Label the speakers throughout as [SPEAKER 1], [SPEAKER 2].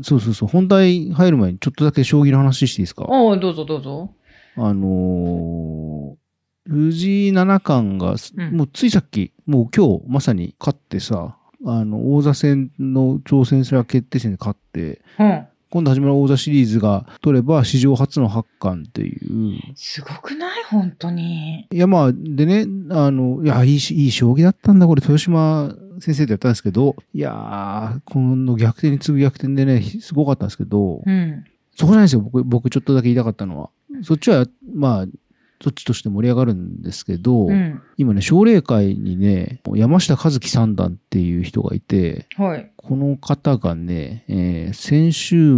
[SPEAKER 1] そうそうそう、本題入る前にちょっとだけ将棋の話していいですか
[SPEAKER 2] おおどうぞどうぞ。
[SPEAKER 1] あのー藤井七冠がす、
[SPEAKER 2] うん
[SPEAKER 1] もうついさっき、もう今日まさに勝ってさ、あの、王座戦の挑戦者決定戦で勝って、
[SPEAKER 2] うん。
[SPEAKER 1] 今度始まる王座シリーズが取れば史上初の八冠っていう。
[SPEAKER 2] すごくない本当に。
[SPEAKER 1] いや、まあ、でね、あの、いや、いいし、いい将棋だったんだ、これ、豊島先生とやったんですけど、いやー、この逆転に次ぐ逆転でね、ひすごかったんですけど、
[SPEAKER 2] うん。
[SPEAKER 1] そこじゃないですよ、僕、僕ちょっとだけ言いたかったのは。そっちは、まあ、そっちとして盛り上がるんですけど、
[SPEAKER 2] うん。
[SPEAKER 1] 今ね、奨励会にね、山下和樹三段っていう人がいて、
[SPEAKER 2] はい。
[SPEAKER 1] この方がね、えー先週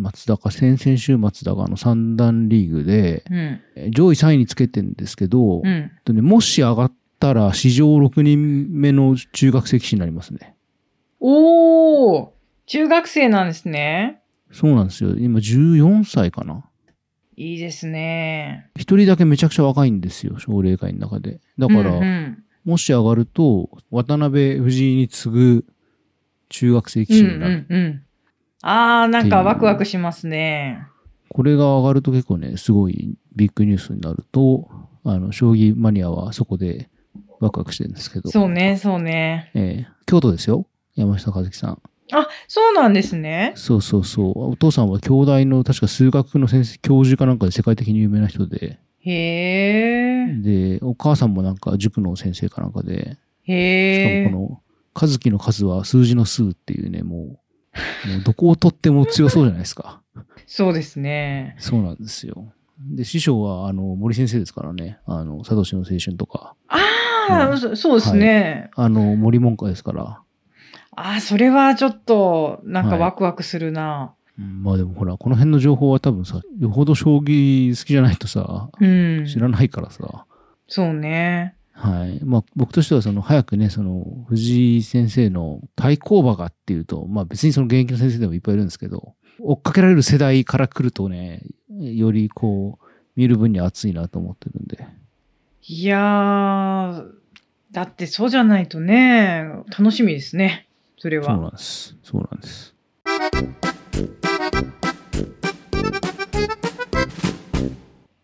[SPEAKER 1] 末だか、先々週末だかあの三段リーグで、
[SPEAKER 2] うん。
[SPEAKER 1] えー上位3位につけてんですけど、
[SPEAKER 2] うん。
[SPEAKER 1] とね、もし上がったら史上6人目の中学生棋士になりますね。
[SPEAKER 2] おお中学生なんですね。
[SPEAKER 1] そうなんですよ。今14歳かな。
[SPEAKER 2] いいですね。
[SPEAKER 1] 一人だけめちゃくちゃ若いんですよ、奨励会の中で。だから、
[SPEAKER 2] うんうん
[SPEAKER 1] もし上がると、渡辺藤井に次ぐ中学生棋
[SPEAKER 2] うん
[SPEAKER 1] 士
[SPEAKER 2] う
[SPEAKER 1] になる。
[SPEAKER 2] んうん。あー、なんかワクワクしますね。
[SPEAKER 1] これが上がると結構ね、すごいビッグニュースになると、あの、将棋マニアはそこでワクワクしてるんですけど。
[SPEAKER 2] そうね、そうね。
[SPEAKER 1] ええ京都ですよ。山下和樹さん。
[SPEAKER 2] あ、そうなんですね。
[SPEAKER 1] そうそうそう。お父さんは京大の確か数学の先生、教授かなんかで世界的に有名な人で、
[SPEAKER 2] へー。
[SPEAKER 1] で、お母さんもなんか塾の先生かなんかで、し
[SPEAKER 2] へ
[SPEAKER 1] か
[SPEAKER 2] ー。
[SPEAKER 1] もこの、和樹の数は数字の数っていうね、もう、もうどこを取っても強そうじゃないですか。
[SPEAKER 2] そうですね。
[SPEAKER 1] そうなんですよ。で、師匠は、あの、森先生ですからね、あの、サトシの青春とか、
[SPEAKER 2] あー、
[SPEAKER 1] うん
[SPEAKER 2] そそうですね。
[SPEAKER 1] あの、森門下ですから、
[SPEAKER 2] あー、それはちょっと、なん
[SPEAKER 1] は
[SPEAKER 2] か
[SPEAKER 1] い
[SPEAKER 2] ワクワクするな。
[SPEAKER 1] うんまあでもほら、この辺の情報は多分さ、よほど将棋好きじゃないとさ、
[SPEAKER 2] うん。
[SPEAKER 1] 知らないからさ、
[SPEAKER 2] そうね。
[SPEAKER 1] はい。まあ、僕としては、その、早くね、その、藤井先生の対抗馬がっていうと、まあ別にその現役の先生でもいっぱいいるんですけど、追っかけられる世代から来るとね、よりこう、見る分には熱いなと思ってるんで。
[SPEAKER 2] いやー、だってそうじゃないとね、楽しみですね。それ
[SPEAKER 1] そう
[SPEAKER 2] は。
[SPEAKER 1] なんです。そうなんです。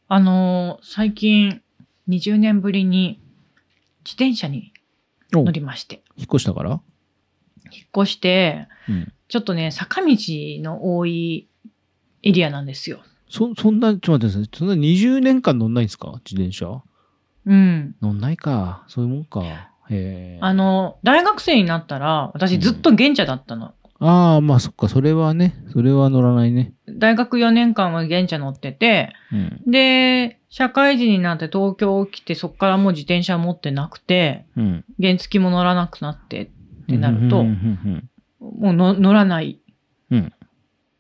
[SPEAKER 2] あのー、最近、20年ぶりに自転車に
[SPEAKER 1] お
[SPEAKER 2] 乗
[SPEAKER 1] 引
[SPEAKER 2] りまして、
[SPEAKER 1] っ越したから
[SPEAKER 2] 引っ越して、
[SPEAKER 1] うん。
[SPEAKER 2] ちょっとね、坂道の多いエリアなんですよ。
[SPEAKER 1] そ、そんな、ちょっと待ってください。そんな20年間乗んないんですか自転車
[SPEAKER 2] うん。
[SPEAKER 1] 乗んないか。そういうもんか。へえ。
[SPEAKER 2] あの、大学生になったら、私ずっと現車だったの。
[SPEAKER 1] ああ、まあそっか。それはね、それは乗らないね。
[SPEAKER 2] 大学4年間は現車乗ってて、
[SPEAKER 1] うん。
[SPEAKER 2] で、社会人になって東京来て、そっからもう自転車持ってなくて、
[SPEAKER 1] うん。
[SPEAKER 2] 原付も乗らなくなって、ってなると
[SPEAKER 1] うんうん
[SPEAKER 2] もうの乗らない。
[SPEAKER 1] うん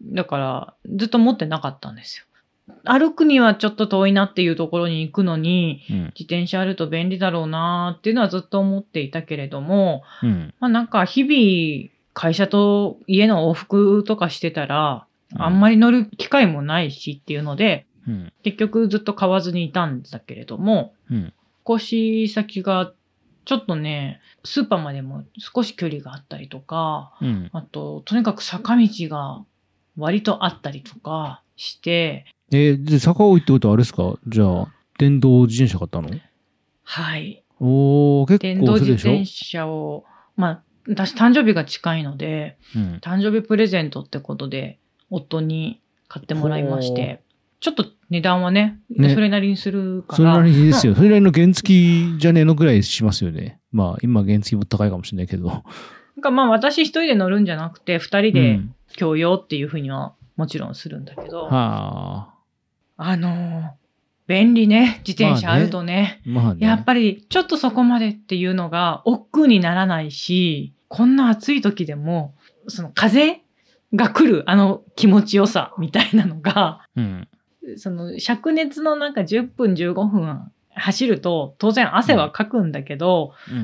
[SPEAKER 2] だから、ずっと持ってなかったんですよ。歩くにはちょっと遠いなっていうところに行くのに、
[SPEAKER 1] うんうん
[SPEAKER 2] 自転車あると便利だろうなっていうのはずっと思っていたけれども、
[SPEAKER 1] うんうん
[SPEAKER 2] まあなんか日々会社と家の往復とかしてたら、
[SPEAKER 1] うん
[SPEAKER 2] あんまり乗る機会もないしっていうので、
[SPEAKER 1] うん
[SPEAKER 2] 結局ずっと買わずにいたんだけれども、
[SPEAKER 1] うん
[SPEAKER 2] 越し先がちょっとね、スーパーまでも少し距離があったりとか、
[SPEAKER 1] うん
[SPEAKER 2] あと、とにかく坂道が割とあったりとかして、
[SPEAKER 1] えー、で、坂多いってことはあれですかじゃあ、電動自転車買ったの
[SPEAKER 2] はい。
[SPEAKER 1] おー、結
[SPEAKER 2] 電
[SPEAKER 1] 構
[SPEAKER 2] 動
[SPEAKER 1] す
[SPEAKER 2] 自
[SPEAKER 1] るでしょ
[SPEAKER 2] 転車を、まあ、私誕生日が近いので、
[SPEAKER 1] うん。
[SPEAKER 2] 誕生日プレゼントってことで、夫に買ってもらいまし
[SPEAKER 1] ほ
[SPEAKER 2] て、ちょっと値段はね、
[SPEAKER 1] ね
[SPEAKER 2] それなりにするから。
[SPEAKER 1] それなりにです
[SPEAKER 2] よ。
[SPEAKER 1] よ。それなりの原付じゃねえのぐらいしますよね。まあ、今原付も高いかもしれないけど。
[SPEAKER 2] なんかまあ私一人で乗るんじゃなくて、二人
[SPEAKER 1] う
[SPEAKER 2] で
[SPEAKER 1] ん
[SPEAKER 2] 共用っていうふうにはもちろんするんだけど、
[SPEAKER 1] はあ。
[SPEAKER 2] あのー便利ね、自転車あるとね
[SPEAKER 1] まあね。
[SPEAKER 2] やっぱりちょっとそこまでっていうのが億劫にならないし、こんな暑い時でも、その風が来るあの気持ちよさみたいなのが、
[SPEAKER 1] うん。
[SPEAKER 2] その灼熱のなんか10分15分走ると当然汗はかくんだけど、
[SPEAKER 1] うんう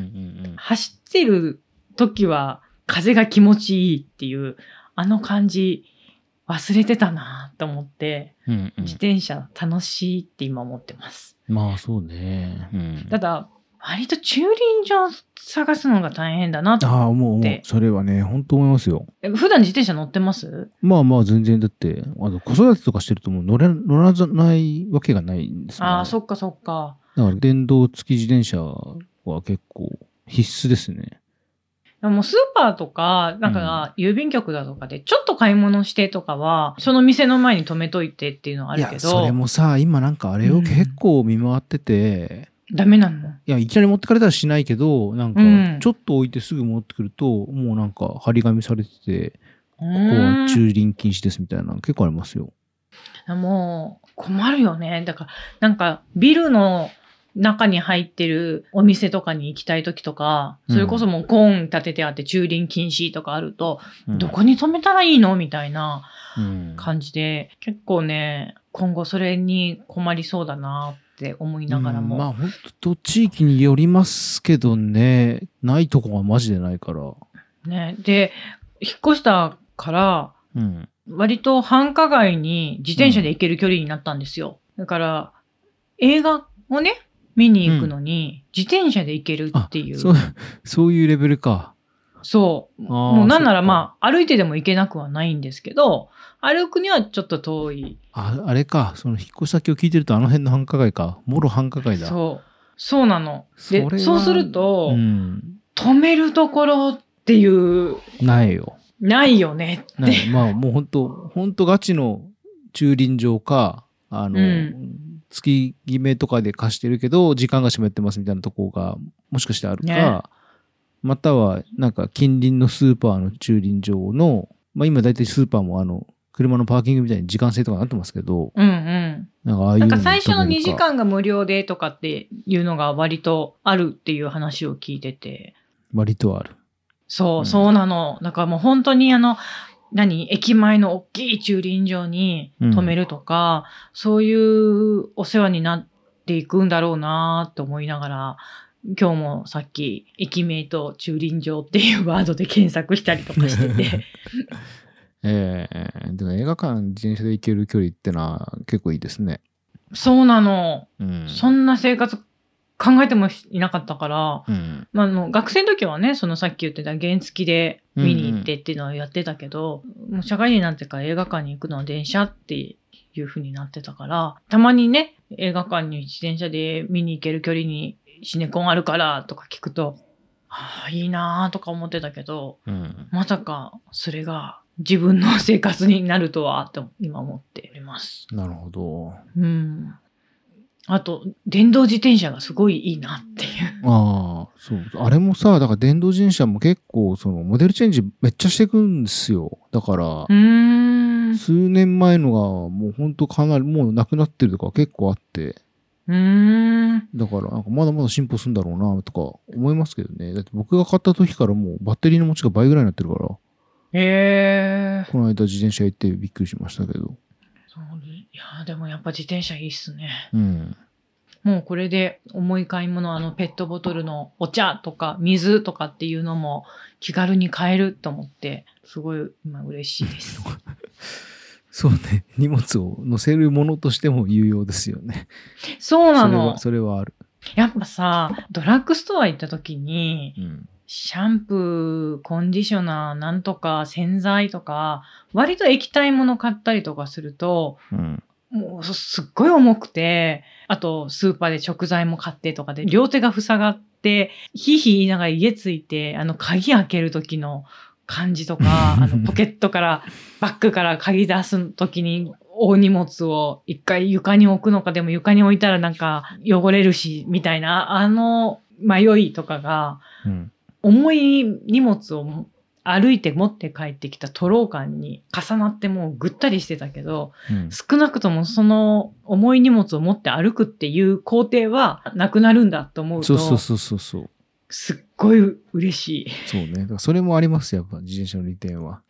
[SPEAKER 1] ん
[SPEAKER 2] 走ってる時は風が気持ちいいっていうあの感じ忘れてたなと思って、
[SPEAKER 1] うん。うんう
[SPEAKER 2] 自転車楽しいって今思ってます。
[SPEAKER 1] ん。まあ、そうね。うん。
[SPEAKER 2] ただ、割と駐輪場探すのが大変だなと。
[SPEAKER 1] ああ、思う思う
[SPEAKER 2] で。
[SPEAKER 1] それはね、本当思いますよ。
[SPEAKER 2] え普段自転車乗ってます
[SPEAKER 1] まあまあ、全然、だって、あの、子育てとかしてるともう乗れ、乗らないわけがないんですね。
[SPEAKER 2] ああ、そっかそっか。
[SPEAKER 1] だから、電動付き自転車は結構必須ですね。
[SPEAKER 2] でももうスーパーとか、なんか郵便局だとかで、ちょっと買い物してとかは、その店の前に止めといてっていうのはある
[SPEAKER 1] い
[SPEAKER 2] け
[SPEAKER 1] や、それ
[SPEAKER 2] ど、
[SPEAKER 1] もさ、今なんかあれ
[SPEAKER 2] う
[SPEAKER 1] を
[SPEAKER 2] ん
[SPEAKER 1] 結構見回ってて、
[SPEAKER 2] ダメなの。
[SPEAKER 1] いや、いきなり持ってかれたらしないけど、なんか
[SPEAKER 2] うん、
[SPEAKER 1] ちょっと置いてすぐ戻ってくると、もうなんか、張り紙されてて、
[SPEAKER 2] う
[SPEAKER 1] ここは
[SPEAKER 2] ーん
[SPEAKER 1] 駐輪禁止ですみたいなの結構ありますよ。
[SPEAKER 2] もう困るよね。だから、なんかビルの中に入ってるお店とかに行きたい時とか、それこそもうコーン立ててあって駐輪禁止とかあると、
[SPEAKER 1] うん
[SPEAKER 2] どこに止めたらいいのみたいな
[SPEAKER 1] うん
[SPEAKER 2] 感じで、結構ね、今後それに困りそうだなって思いながらも。
[SPEAKER 1] うんまあ本当地域によりますけどねないとこはマジでないから、
[SPEAKER 2] ね、で、引っ越したから、
[SPEAKER 1] うん、
[SPEAKER 2] 割と繁華街に自転車で行ける距離になったんですよ。だから、映画をね、見に行くのに、自転車で行けるっていう。
[SPEAKER 1] そうそういうレベルか
[SPEAKER 2] そう。
[SPEAKER 1] ー
[SPEAKER 2] もうなんなら
[SPEAKER 1] そっか
[SPEAKER 2] まあ、歩いてでも行けなくはないんですけど、歩くにはちょっと遠い。
[SPEAKER 1] ああれかその引っ越し先を聞いてるとあの辺の繁華街かもろ繁華街だ
[SPEAKER 2] そう。そうなの。
[SPEAKER 1] それ
[SPEAKER 2] で、
[SPEAKER 1] は
[SPEAKER 2] そうすると、
[SPEAKER 1] ん、
[SPEAKER 2] 止めるところっていう、
[SPEAKER 1] ないよ
[SPEAKER 2] ないよねって。
[SPEAKER 1] ないまあもう本当本当ガチの駐輪場かあの、
[SPEAKER 2] うん
[SPEAKER 1] 月決めとかで貸してるけど時間が閉まってますみたいなとこがもしかしてあるか、
[SPEAKER 2] ね
[SPEAKER 1] またはなんか近隣のスーパーの駐輪場の、まあ、今大体スーパーもあの車のパーキングみたいに時間制とかになってますけど
[SPEAKER 2] うんうん。
[SPEAKER 1] なんかああいうの
[SPEAKER 2] なん
[SPEAKER 1] に
[SPEAKER 2] か最初の
[SPEAKER 1] 止め
[SPEAKER 2] 2
[SPEAKER 1] る
[SPEAKER 2] 時間が無料でとかっていうのが割とあるっていう話を聞いてて。
[SPEAKER 1] 割とある
[SPEAKER 2] そう、
[SPEAKER 1] うん
[SPEAKER 2] そうなの。だからもう本当にあの、何駅前の大きい駐輪場に止めるとか、そういうお世話になっていくんだろうなと思いながら、今日もさっき駅名と駐輪場っていうワードで検索したりとかして て。
[SPEAKER 1] ええでも映画館自転車で行ける距離ってのは結構いいですね
[SPEAKER 2] そうなの。
[SPEAKER 1] うん
[SPEAKER 2] そんな生活考えてもいなかったから、
[SPEAKER 1] うん
[SPEAKER 2] まあ、あの学生の時はねそのさっき言ってた原付で見に行ってっていうのはやってたけど、もう社会人になってから映画館に行くのは電車っていう風になってたからたまにね映画館に自転車で見に行ける距離にシネコンあるからとか聞くと、ああいいなあとか思ってたけど
[SPEAKER 1] うん
[SPEAKER 2] まさかそれが自分の生活になるとはって今思っております。
[SPEAKER 1] なるほど
[SPEAKER 2] うんあと、電動自転車がすごいいいなっていう。
[SPEAKER 1] ああ、そう。あれもさ、だから電動自転車も結構、その、モデルチェンジめっちゃしていくんですよ。だから、
[SPEAKER 2] うーん。
[SPEAKER 1] 数年前のが、もうほんとかなり、もうなくなってるとか結構あって、
[SPEAKER 2] うーん。
[SPEAKER 1] だから、なんかまだまだ進歩するんだろうな、とか思いますけどね。だって僕が買った時からもうバッテリーの持ちが倍ぐらいになってるから、こ
[SPEAKER 2] ええ
[SPEAKER 1] の間自転車行ってびっくりしましたけど。
[SPEAKER 2] そういや、でもやっぱ自転車いいっすね。
[SPEAKER 1] うん。
[SPEAKER 2] もうこれで重い買い物、あのペットボトルのお茶とか水とかっていうのも気軽に買えると思って、すごい今嬉しいです。
[SPEAKER 1] そうね。荷物を乗せるものとしても有用ですよね。
[SPEAKER 2] そうな
[SPEAKER 1] それ
[SPEAKER 2] の
[SPEAKER 1] は、。それはある。
[SPEAKER 2] やっぱさ、ドラッグストア行った時に、
[SPEAKER 1] うん。
[SPEAKER 2] シャンプー、コンディショナー、なんとか、洗剤とか、割と液体もの買ったりとかすると、
[SPEAKER 1] うん。
[SPEAKER 2] もうそすっごい重くて、あとスーパーで食材も買ってとかで、両手が塞がって、ひいひい言いながら家着いて、あの鍵開ける時の感じとか、あのポケットから、バッグから鍵出す時に、大荷物を一回床に置くのか、でも床に置いたらなんか汚れるし、みたいな、あの迷いとかが、
[SPEAKER 1] うん。
[SPEAKER 2] 重い荷物を歩いて持って帰ってきた徒労感に重なってもうぐったりしてたけど、
[SPEAKER 1] うん
[SPEAKER 2] 少なくともその重い荷物を持って歩くっていう工程はなくなるんだと思うと、
[SPEAKER 1] そうそうそうそうそう。
[SPEAKER 2] すっごい嬉しい。
[SPEAKER 1] そうね。だからそれもありますよ、やっぱ自転車の利点は。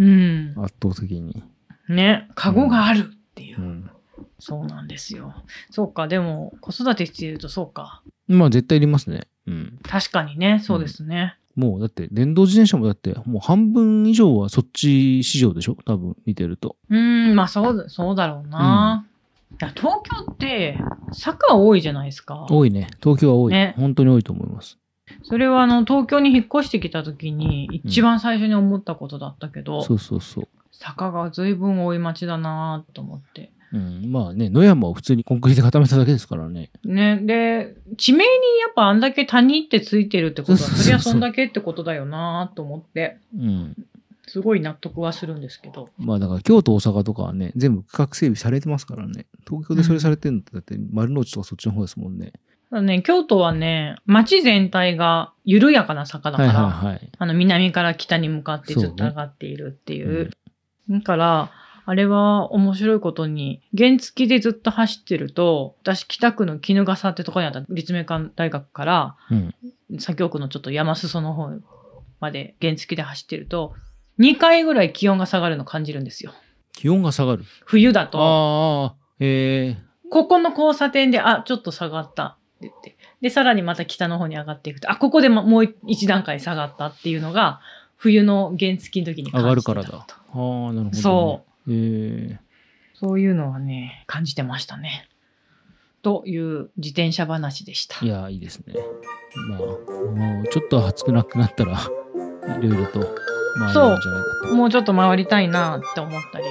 [SPEAKER 2] うん。
[SPEAKER 1] 圧倒的に。
[SPEAKER 2] ね、カゴがあるっていう。
[SPEAKER 1] うん。
[SPEAKER 2] そうなんですよ。そうか、でも子育てしているとそうか。
[SPEAKER 1] まあ絶対いりますね。うん。
[SPEAKER 2] 確かにね、そうですね。
[SPEAKER 1] もうだって電動自転車もだってもう半分以上はそっち市場でしょ多分見てると。
[SPEAKER 2] うん、んまあそう、そうだろうな。や、東京って坂多いじゃないですか。
[SPEAKER 1] 多いね。東京は多い。
[SPEAKER 2] ね
[SPEAKER 1] 本当に多いと思います。
[SPEAKER 2] それはあの、東京に引っ越してきた時に、一番最初に思ったことだったけど、
[SPEAKER 1] そうそうそう。
[SPEAKER 2] 坂が随分多い町だなぁと思って。
[SPEAKER 1] うん、まあね、野山を普通にコンクリで固めただけですからね。
[SPEAKER 2] ね、で、地名にやっぱあんだけ谷ってついてるってことは、
[SPEAKER 1] そうそうそう
[SPEAKER 2] そりゃそんだけってことだよなぁと思って、
[SPEAKER 1] うん。
[SPEAKER 2] すごい納得はするんですけど。
[SPEAKER 1] まあだから京都、大阪とかはね、全部区画整備されてますからね。東京でそれされてるのって、だって丸の内とかそっちの方ですもんね。
[SPEAKER 2] ただね、京都はね、町全体が緩やかな坂だか
[SPEAKER 1] はい
[SPEAKER 2] ら、
[SPEAKER 1] はいはい。
[SPEAKER 2] あの、南から北に向かってずっと上がっているっていう。だから、あれは面白いことに、原付でずっと走ってると、私北区の絹笠ってところにあった立命館大学から、
[SPEAKER 1] うん。
[SPEAKER 2] 左京区のちょっと山裾の方まで原付で走ってると、2回ぐらい気温が下がるの感じるんですよ。
[SPEAKER 1] 気温が下がる。
[SPEAKER 2] 冬だと、
[SPEAKER 1] ああ、え
[SPEAKER 2] ここの交差点で、あ、ちょっと下がったって言って。で、さらにまた北の方に上がっていくと、あ、ここでももう一段階下がったっていうのが、冬の原付の時に
[SPEAKER 1] ー、上が
[SPEAKER 2] 感
[SPEAKER 1] る
[SPEAKER 2] じて
[SPEAKER 1] か
[SPEAKER 2] た
[SPEAKER 1] らだ。ああー、なるほど、ね。。
[SPEAKER 2] そう
[SPEAKER 1] え
[SPEAKER 2] そういうのはね、感じてましたね。という自転車話でした
[SPEAKER 1] ー、い。や、いいですね。まあ、もうちょっと暑くなくなったら、いろいろと、まあ、
[SPEAKER 2] そう
[SPEAKER 1] あるんじゃないかと。
[SPEAKER 2] もうちょっと回りたいなって思ったり、